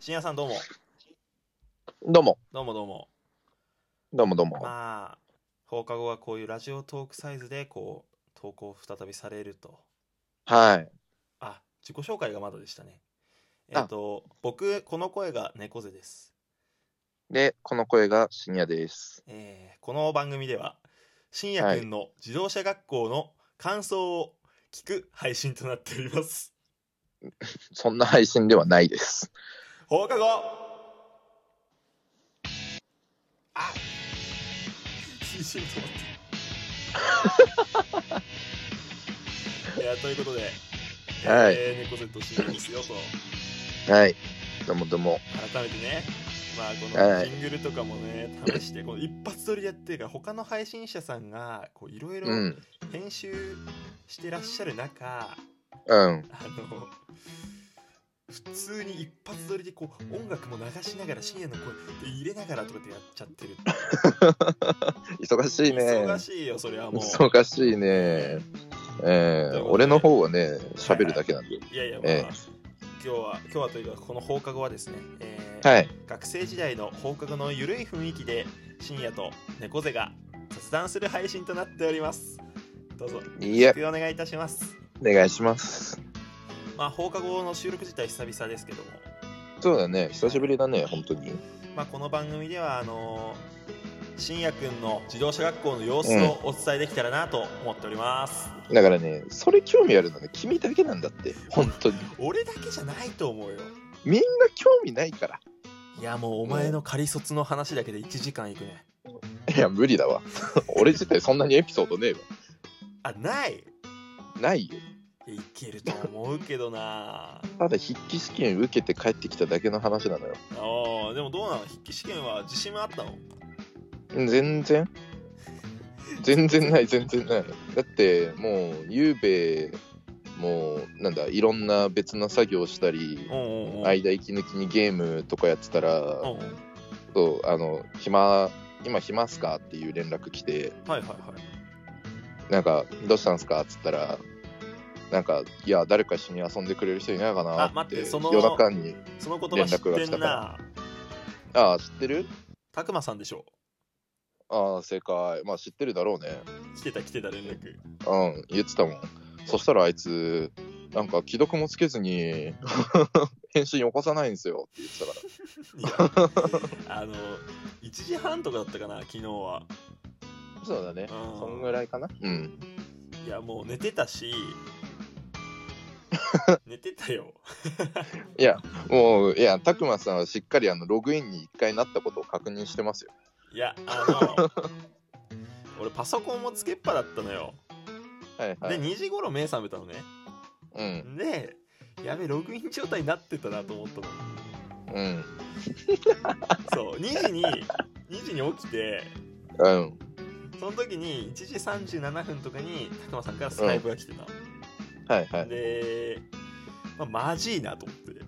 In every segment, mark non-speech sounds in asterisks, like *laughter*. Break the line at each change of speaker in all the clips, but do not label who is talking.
深夜さんどうも。
どうも、
どうもどうも。
どうもどうも。
まあ、放課後はこういうラジオトークサイズで、こう、投稿再びされると。
はい。
あ、自己紹介がまだでしたね。えっ、
あ
と、僕、この声が猫背です。
で、この声が深夜です。
えーこの番組では、深夜くんの自動車学校の感想を聞く配信となっております。
そんな配信ではないです。
放課後あ CC 止まった。いや、ということで、
はい
えー猫背と深夜ですよと。
はい。どうもどうも。
改めてねまあこ
は
の
い
ジングルとかもね試してこの一発撮りでやってるから他の配信者さんがこういろいろ
うん。
編集してらっしゃる中、あ
うん。
の普通に一発撮りでこう音楽も流しながら深夜の声で入れながらとかってやっちゃってる
忙しいね。
忙しいよそれはもう
忙しいね。
とい
え
うことで
ー、俺の方はね、喋るだけなんで。
いやいやまあ、
え
今日は今日はというかこの放課後はですね、えー
はい。
学生時代の放課後のゆるい雰囲気で深夜と猫背が雑談する配信となっておりますどうぞよ
いや
ろし、くお願いいたします
お願いします。
まあ放課後の収録自体久々ですけども、
そうだね。久しぶりだね、本当に。
まあ、この番組ではあのー、深夜くんの自動車学校の様子をお伝えできたらなと思っております、
だからね、それ興味あるのね、君だけなんだって。本当に。
俺だけじゃないと思うよ
みんな興味ないから。
いやもうお前の仮卒の話だけで1時間いくね
いや、無理だわ。 *laughs* 俺自体そんなにエピソードねえわ。
あない
ないよ。
いやいけると思うけどな *laughs*
ただ筆記試験受けて帰ってきただけの話なのよ。
ああでもどうなの筆記試験は自信はあったの
全然全然ない全然ないだってもうゆうべもうなんだいろんな別な作業したり
うんうんうん
間息抜きにゲームとかやってた
うん
ら
うん
そうあの暇今暇っすかっていう連絡来て
はいはいはい
なんかどうしたんすかっつったらなんかいや誰か一緒に遊んでくれる人いないかな
あ
っ
待っててその
夜中に
その言葉知
連絡が
って
来
ん
た
な
かああ知ってる
たくまさんでしょ
ああ正解まあ知ってるだろうね
来てた来てた連絡
うん、言ってたもん。そしたらあいつ、なんか既読もつけずに、返信よこさないんですよって言ってたから。
*laughs* いやあの1時半とかだったかな昨日は
そうだね
うん
そんぐらいかな。うん。
いやもう寝てた
*laughs*
し寝てたよ
いや、もう、いや、たくまさんはしっかりあのログインに一回なったことを確認してますよ。
いやあ
*laughs*
の俺パソコンもつけっぱだったのよ
はいは
で
い。
2時頃目覚めたのね
うん、
でやべログイン状態になってたなと思った
*laughs*
の
うん、
そう2時に2時に起きて
うん。
その時に1時37分とかに拓磨さんからスカイプが来てた、
はいはい。
で、まあ、マジいなと思って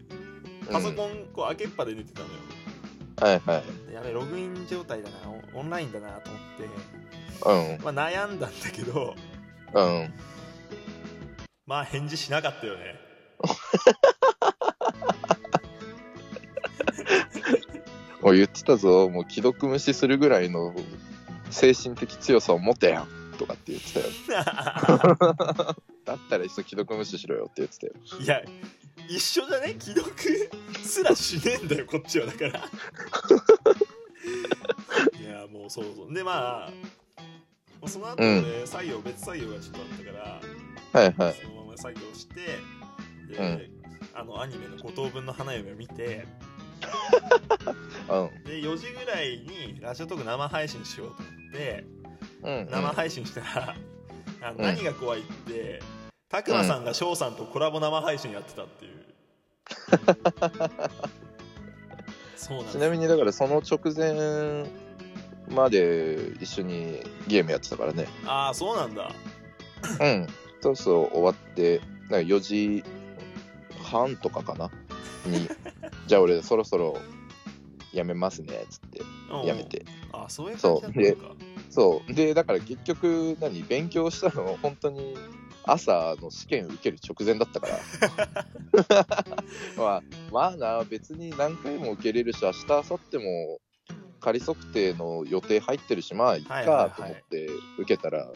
パソコンこう開けっぱで寝てたのよ、
うん、はいはい。
で *laughs* やべログイン状態だなオンオンラインだなと思っ
う
て、
ん、
まあ、悩んだんだけ
*laughs*
ど
うん。
まあ返事しなかったよ
*laughs*
ね
もう言ってたぞ、もう既読無視するぐらいの精神的強さを持てよとかって言ってたよ。だったらいっそ既読無視しろよって言ってたよ。
いや一緒じゃね既読すらしねえんだよこっちはだ
*laughs*
からいやもうそうそうでまあもうその後ね、作業別作業がちょっとあったから、
はいはい。
そのまま作業してで、
うん
あのアニメの「五等分の花嫁」を見て
うん。
で4時ぐらいにラジオトーク生配信しようと思って
うんうん、
生配信したら、あの
うん
何が怖いってたくまさんが翔さんとコラボ生配信やってたっていう、
*laughs*
そうなん
ち
で
な
す
みにだからその直前まで一緒にゲームやってたからね
ああそうなんだ
うんそうそう終わってなんか4時半とかかなにじゃあ俺そろそろやめますねっつっ
うんうん
てやめて
あそういう感じだったのか
そうでだから結局何勉強したの本当に朝の試験受ける直前だったから
*laughs*
まあまあな別に何回も受けれるし明日明後日も仮測定の予定入ってるしまあいっ
はいはいはい
かと思って受けたら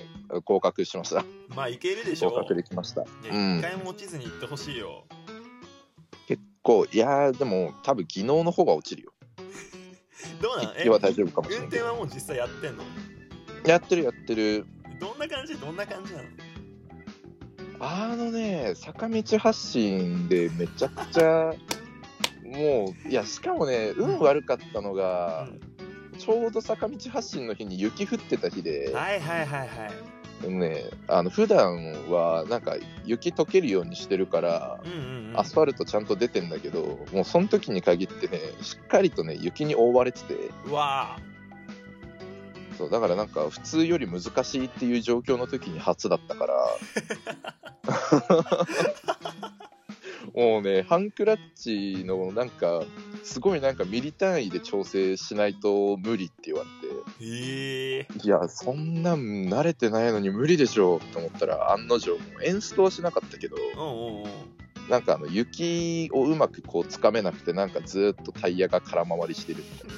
合格しました
まあいけるでしょ
合格できました
ね
うん
一回も落ちずに行ってほしいよ
結構いやーでも多分技能の方が落ちるよ
どうなん
筆
え
記は大丈夫かもしれ
運
ないけ
転は
ど
もう実際やってんの
やってるやってる
どんな感じどんな感じなの
あのね、坂道発進でめちゃくちゃ、もう、いや、しかもね、運悪かったのが、ちょうど坂道発進の日に雪降ってた日で、
はいはいはいはい
ね、あの普段はなんか雪溶けるようにしてるから、
うんうん、うん、
アスファルトちゃんと出てんだけど、もうその時に限ってね、しっかりとね、雪に覆われてて、
うわ
そうだからなんか普通より難しいっていう状況の時に初だったからもうねハンクラッチのなんかすごいなんかミリ単位で調整しないと無理って言われ
ーへえ
ていやそんなん慣れてないのに無理でしょうと思ったら案の定もうエンストはしなかったけど
うんうんうん
なんかあの雪をうまくこうつかめなくてなんかずっとタイヤが空回りしてるみたいな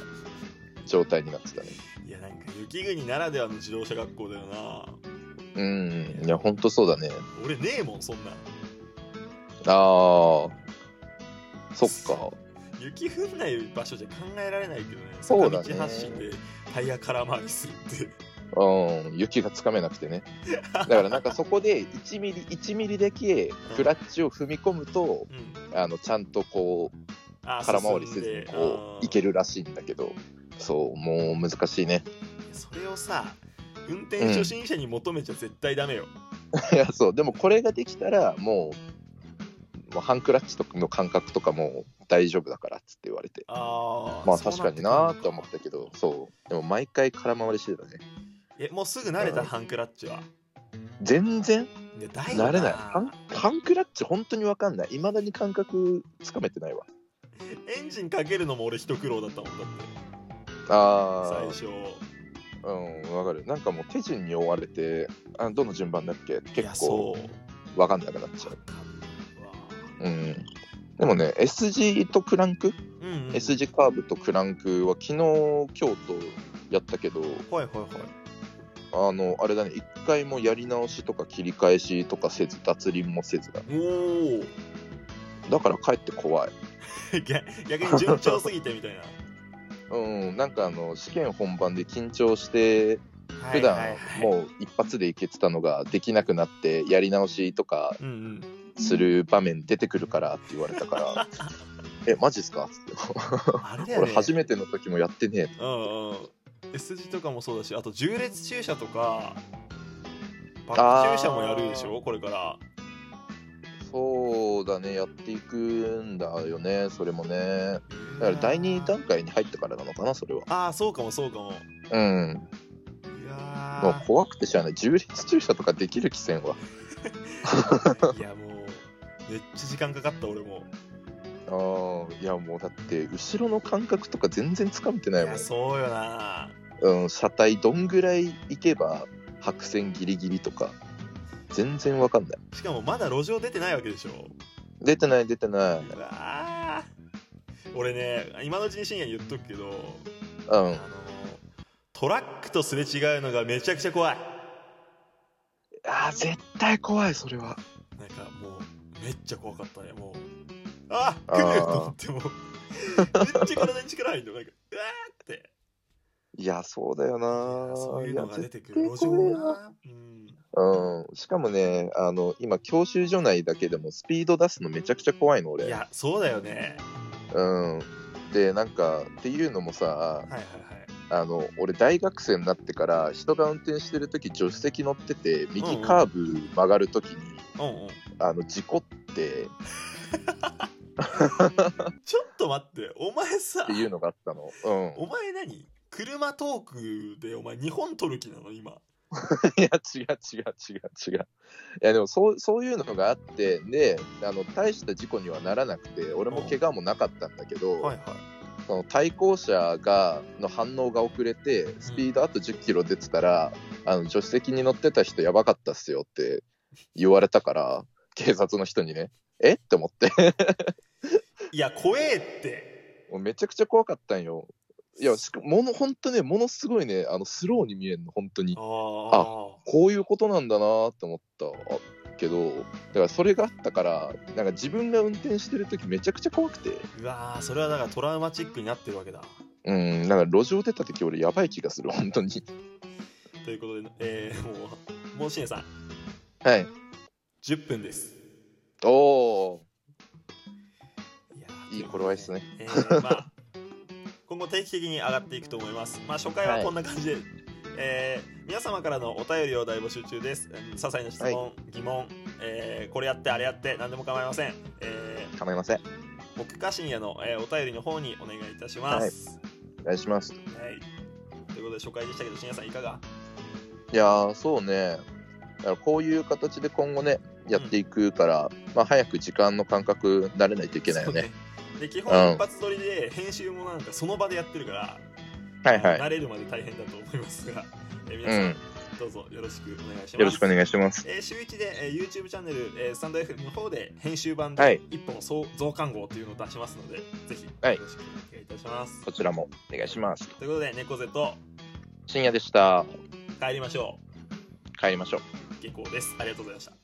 状態になってたね
いやなんか雪国ならではの自動車学校だよな
うんいやほんとそうだね
俺ねえもんそんな
ああ、そっか。
雪降んない場所じゃ考えられないけどね
そうだね
坂道発進でタイヤ空回りするって
うん、雪がつかめなくてね。だからなんかそこで1ミリ、1ミリだけクラッチを踏み込むと、
うん
あの、ちゃんとこう、
あー
空回りせ
進ん
ずに
で
こ
あ
う、
ー
いけるらしいんだけど、そう、もう難しいね。 *laughs*
それをさ運転初心者に求めちゃ絶対ダメよ、
いや、そう、でもこれができたら、もう、もうハンクラッチとかの感覚とかも大丈夫だからっつって言われて。
ああ
まあ確かになーと思ったけど、そう。でも毎回空回りしてたね。
えもうすぐ慣れた、
うん
ハンクラッチは
全然
いやだよ
慣れないハンハンクラッチ本当に分かんないいまだに感覚つかめてないわ
エンジンかけるのも俺一苦労だったもんだって最
あ
初
あうん分かるなんかもう手順に追われてあどの順番だっけ
いや
結
そ
構
う
分かんなくなっちゃ
わ
う
かんないわ
うんでもね S 字とクランク、
うんうん、
S 字カーブとクランクは昨日今日とやったけど
はいはいはい
あのあれだね一回もやり直しとか切り返しとかせず脱輪もせずだ
おお
だからかえって怖い
*laughs* 逆に順調すぎてみた
*laughs*
いな
うんなんかあの試験本番で緊張して普段もう一発でいけてたのができなくなってやり直しとか
う、うんうん、
する場面出てくるからって言われたから「えマジっすか?」っつって *laughs*
あれだ
「
よ
俺
ね
初めての時もやってね
うんうん S 字とかもそうだしあと重列駐車とかバッ
あー
ク駐車もやるでしょこれから
え」そうだねやっていくんだよねそれもねだから第2段階に入ってからなのかなそれは
ああそうかもそうかもい
うん
や
もう
ー
怖くてしゃあない重列駐車とかできる汽船はい
やもうめっちゃ時間かかった俺も
ああいやもうだって後ろの感覚とか全然つかめて
い
ないもん
やそうよな
うん、車体どんぐらい行けば白線ギリギリとか全然わかんない
しかもまだ路上出てないわけでしょ
出てない出てないう
わー俺ね今のうちに深夜に言っとくけど
う
あ
ん
のトラックとすれ違うのがめちゃくちゃ怖い
あー絶対怖いそれは
なんかもうめっちゃ怖かったねもうあ
あ
来
ー
ると思ってもうめっちゃ体に力入るのなんかうわーって
いやそうだよな
そういうのが
や
出てくる路上なうん
うんしかもねあの今教習所内だけでもスピード出すのめちゃくちゃ怖いの俺
いやそうだよね
うんでなんかっていうのもさ
はいはいはい
あの俺大学生になってから人が運転してる時助手席乗ってて右カーブ曲がる時に、
うんうん
あの事故って
ちょっと待ってお前さ
っていうのがあったの。うん。
お前何車トークでお前日本取る気なの今
*laughs* いや、違う違う違う違う。いや、でもそう、そういうのがあって、で、あの、大した事故にはならなくて、俺も怪我もなかったんだけど、
い
その対向車が、の反応が遅れて、スピードあと10キロ出てたら、あの、助手席に乗ってた人やばかったっすよって言われたから、警察の人にね、えって思って。
いや怖えって
もうめちゃくちゃ怖かったんよ。いや、しかもの、本当ね、ものすごいね、あの、スローに見えるの、本当に
あ。
こういうことなんだなーって思ったあけど、だからそれがあったから、なんか自分が運転してる時めちゃくちゃ怖くて、
ーうわーそれはだからトラウマチックになってるわけだ
うん、なんか路上出た時俺やばい気がする、本当に。
ということでえー、もうもうしねさん
はい。
10分です
おー、
いやー
いい頃合いですね。
えーまあ、今後定期的に上がっていくと思います。まあ、初回はこんな感じで、えー皆様からのお便りを大募集中です。うん些細な質問、疑問、えーこれやって、あれやって、何でも構いません。えー
構いません。
僕か深夜の、えーお便りの方にお願いいたします。
お願いします。
はい。ということで、初回でしたけど、深夜さんいかが
いやー、そうね。だからこういう形で今後ね、やっていくから、まあ早く時間の感覚慣れないといけないよね。
そうねで、基本一発撮りで、編集もなんかその場でやってるから、
はいはい。
慣れるまで大変だと思いますが、えー皆
う
さん、
ん。
どうぞよろしくお願いします。
よろしくお願いします。
えー週1で、えー YouTube チャンネル、えー、スタンド FM の方で編集版
は
で
い
一本そう増刊号というのを出しますので、ぜひよ
は
ろ
い
しくお願いいたします。
こちらもお願いします。
ということで、猫背と
深夜でした。
帰りましょ
帰りましょう。
う。下校です。ありがとうございました。